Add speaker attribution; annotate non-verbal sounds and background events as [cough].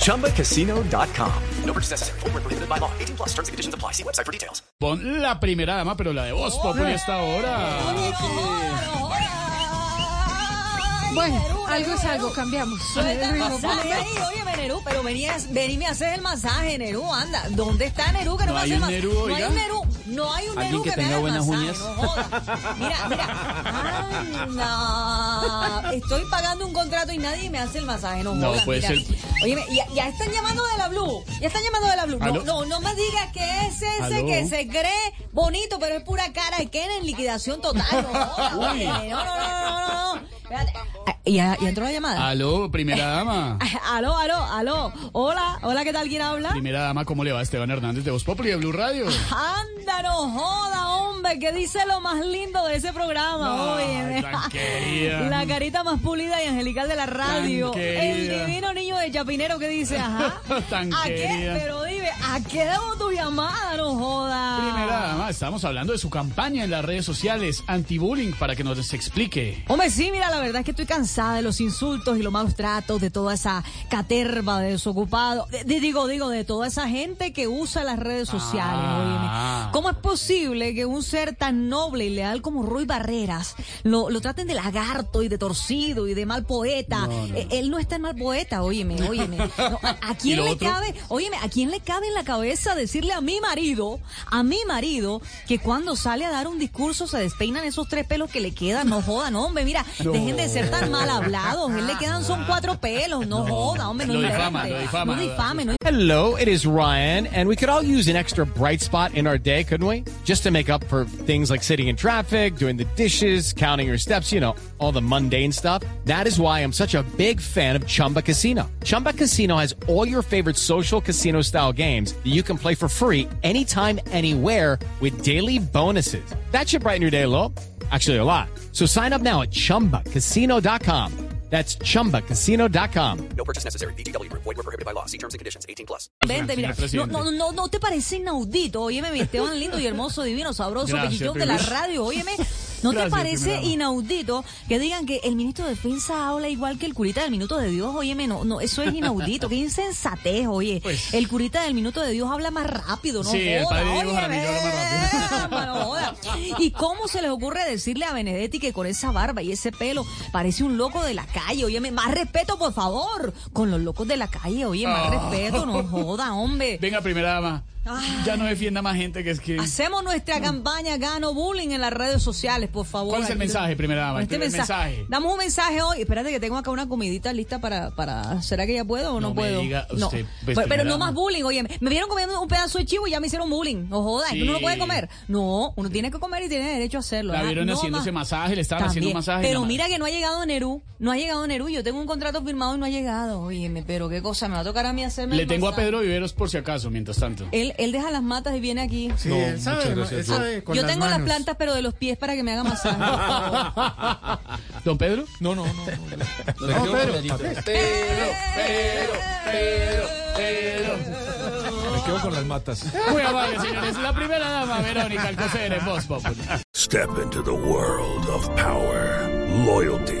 Speaker 1: ChumbaCasino.com. No purchase necessary. Void where prohibited by law. 18 plus terms and conditions apply. See website for details.
Speaker 2: Pon la primera dama, pero la de vos, Populi, hasta ahora.
Speaker 3: Bueno, algo es algo, cambiamos.
Speaker 4: Suelta el
Speaker 3: Ritmo,
Speaker 4: masaje ahí, oye, Nerú, pero venías, venime a hacer el masaje, Nerú, anda. ¿Dónde está Nerú que no,
Speaker 2: No
Speaker 4: me
Speaker 2: hay
Speaker 4: hace el
Speaker 2: un
Speaker 4: mas-
Speaker 2: Nerú,
Speaker 4: No
Speaker 2: oiga.
Speaker 4: hay un Nerú, no hay un
Speaker 5: Alguien
Speaker 4: Nerú
Speaker 5: que
Speaker 4: que, me
Speaker 5: tenga
Speaker 4: haga el
Speaker 5: buenas
Speaker 4: masaje,
Speaker 5: uñas.
Speaker 4: no joda. Mira, mira, anda. Estoy pagando un contrato y nadie me hace el masaje, no
Speaker 2: No,
Speaker 4: joda,
Speaker 2: puede
Speaker 4: mira.
Speaker 2: ser.
Speaker 4: Oye, ya, ya están llamando de la Blue, ya están llamando de la Blue.
Speaker 2: ¿Aló?
Speaker 4: No, no, no me digas que es ese
Speaker 2: ¿Aló?
Speaker 4: que se cree bonito, pero es pura cara de Ken en liquidación total, no
Speaker 2: [laughs]
Speaker 4: joda, oye, no, no, no, no, no, no. Espérate. Ah, ¿Ya, ya entró la llamada?
Speaker 2: Aló, primera
Speaker 4: [laughs]
Speaker 2: dama.
Speaker 4: Aló, aló, aló. Hola, hola, ¿qué tal? ¿Quién habla?
Speaker 2: Primera dama, ¿cómo le va Esteban Hernández de Voz Populi de Blue Radio?
Speaker 4: Anda, no joda, hombre, que dice lo más lindo de ese programa.
Speaker 2: Ay,
Speaker 4: Óyeme. [laughs]
Speaker 2: tan querida.
Speaker 4: La carita más pulida y angelical de la radio. El
Speaker 2: querida.
Speaker 4: divino niño de Chapinero que dice, ajá.
Speaker 2: [laughs] Tan
Speaker 4: ¿A qué?
Speaker 2: querida.
Speaker 4: Pero dime, ¿a qué debo tu llamada? No joda.
Speaker 2: Primera dama, estamos hablando de su campaña en las redes sociales anti-bullying para que nos explique.
Speaker 4: Hombre, sí, mira, la verdad es que estoy cansada de los insultos y los malos tratos, de toda esa caterva de desocupados, de- de- digo, digo, de toda esa gente que usa las redes sociales.
Speaker 2: Ah.
Speaker 4: óyeme. ¿Cómo es posible que un ser tan noble y leal como Roy Barreras lo, lo traten de lagarto y de torcido y de mal poeta? Eh, Él no es tan mal poeta, óyeme, [laughs] óyeme. No, ¿a- ¿A
Speaker 2: ¿Y
Speaker 4: quién
Speaker 2: lo
Speaker 4: le
Speaker 2: otro?
Speaker 4: cabe, óyeme, a quién le cabe en la cabeza decirle a mi marido, a mi marido, que cuando sale a dar un discurso se despeinan esos tres pelos que le quedan? No jodan, hombre, mira, dejen de ser tan mal hablados. A él le quedan son cuatro pelos, no, joda, hombre, no
Speaker 2: Lo difama,
Speaker 4: invente.
Speaker 2: lo difama.
Speaker 4: No difame, no
Speaker 6: Hello, it is Ryan, and we could all use an extra bright spot in our day, couldn't we? Just to make up for things like sitting in traffic, doing the dishes, counting your steps, you know, all the mundane stuff. That is why I'm such a big fan of Chumba Casino. Chumba Casino has all your favorite social casino style games that you can play for free anytime, anywhere with daily bonuses. That should brighten your day, a little. Actually, a lot. So sign up now at chumbacasino.com. That's chumbacasino.com.
Speaker 1: No purchase necessary. VGW Group. Void were prohibited by law. See terms and conditions. 18 plus.
Speaker 4: Vente, mira. No,
Speaker 2: presidente.
Speaker 4: no, no, no te parece inaudito. Óyeme, mi Esteban lindo y hermoso, divino, sabroso,
Speaker 2: Gracias,
Speaker 4: pellillón de la
Speaker 2: primero.
Speaker 4: radio. Óyeme,
Speaker 2: [laughs]
Speaker 4: ¿no te
Speaker 2: Gracias,
Speaker 4: parece
Speaker 2: primera dama.
Speaker 4: inaudito que digan que el ministro de Defensa habla igual que el curita del Minuto de Dios? Óyeme, no, no, eso es inaudito. Qué insensatez, oye.
Speaker 2: Pues.
Speaker 4: el curita del Minuto de Dios habla más rápido, ¿no?
Speaker 2: Sí, el
Speaker 4: joda,
Speaker 2: padre Diego
Speaker 4: óyeme,
Speaker 2: Jaramillo habla más
Speaker 4: [laughs] caramba, no joda. ¿Y cómo se les ocurre decirle a Benedetti que con esa barba y ese pelo parece un loco de la calle? Óyeme, más respeto, por favor, con los locos de la calle, oye, más
Speaker 2: Ah.
Speaker 4: respeto, no
Speaker 2: [laughs]
Speaker 4: joda, hombre.
Speaker 2: Venga, primera dama, ya no defienda más gente que es que...
Speaker 4: Hacemos nuestra campaña Gano Bullying en las redes sociales, por favor.
Speaker 2: ¿Cuál es el
Speaker 4: Aquí-
Speaker 2: mensaje, primera dama? El
Speaker 4: Este
Speaker 2: primer
Speaker 4: mensaje.
Speaker 2: mensaje.
Speaker 4: Damos un mensaje hoy. Espérate que tengo acá una comidita lista para... para ¿Será que ya puedo o no,
Speaker 2: No me
Speaker 4: puedo?
Speaker 2: diga
Speaker 4: no.
Speaker 2: usted, pues,
Speaker 4: pero, pero
Speaker 2: primera
Speaker 4: no
Speaker 2: dama.
Speaker 4: más bullying. Oye, me vieron comiendo un pedazo de chivo y ya me hicieron bullying. No jodas,
Speaker 2: Sí.
Speaker 4: uno no puede comer. No, uno tiene que comer y tiene derecho a hacerlo.
Speaker 2: La
Speaker 4: ¿ah?
Speaker 2: vieron
Speaker 4: No
Speaker 2: haciéndose
Speaker 4: más.
Speaker 2: masaje, le estaban haciendo
Speaker 4: También.
Speaker 2: un masaje.
Speaker 4: Pero
Speaker 2: la
Speaker 4: mira que no ha llegado Nerú. No ha llegado Nerú. Yo tengo un contrato firmado y no ha llegado. Óyeme, pero qué cosa. Me va a tocar a mí hacerme
Speaker 2: madre. Le
Speaker 4: el
Speaker 2: tengo a
Speaker 4: masaje.
Speaker 2: Pedro Viveros por si acaso, mientras tanto.
Speaker 4: Él, él deja las matas y viene aquí.
Speaker 7: Sí,
Speaker 2: No,
Speaker 7: él sabe,
Speaker 2: muchas gracias,
Speaker 7: él sabe con
Speaker 4: Yo
Speaker 7: las
Speaker 4: tengo las
Speaker 7: manos.
Speaker 4: plantas, pero de los pies para que
Speaker 7: [laughs]
Speaker 4: me haga masaje.
Speaker 2: ¿Don Pedro?
Speaker 5: No, no, no.
Speaker 7: No, Pedro,
Speaker 5: Me quedo con las matas.
Speaker 2: Muy amable, señores. La primera dama, Verónica Alcocer, en Voz Populi.
Speaker 8: Step into the world of power, loyalty,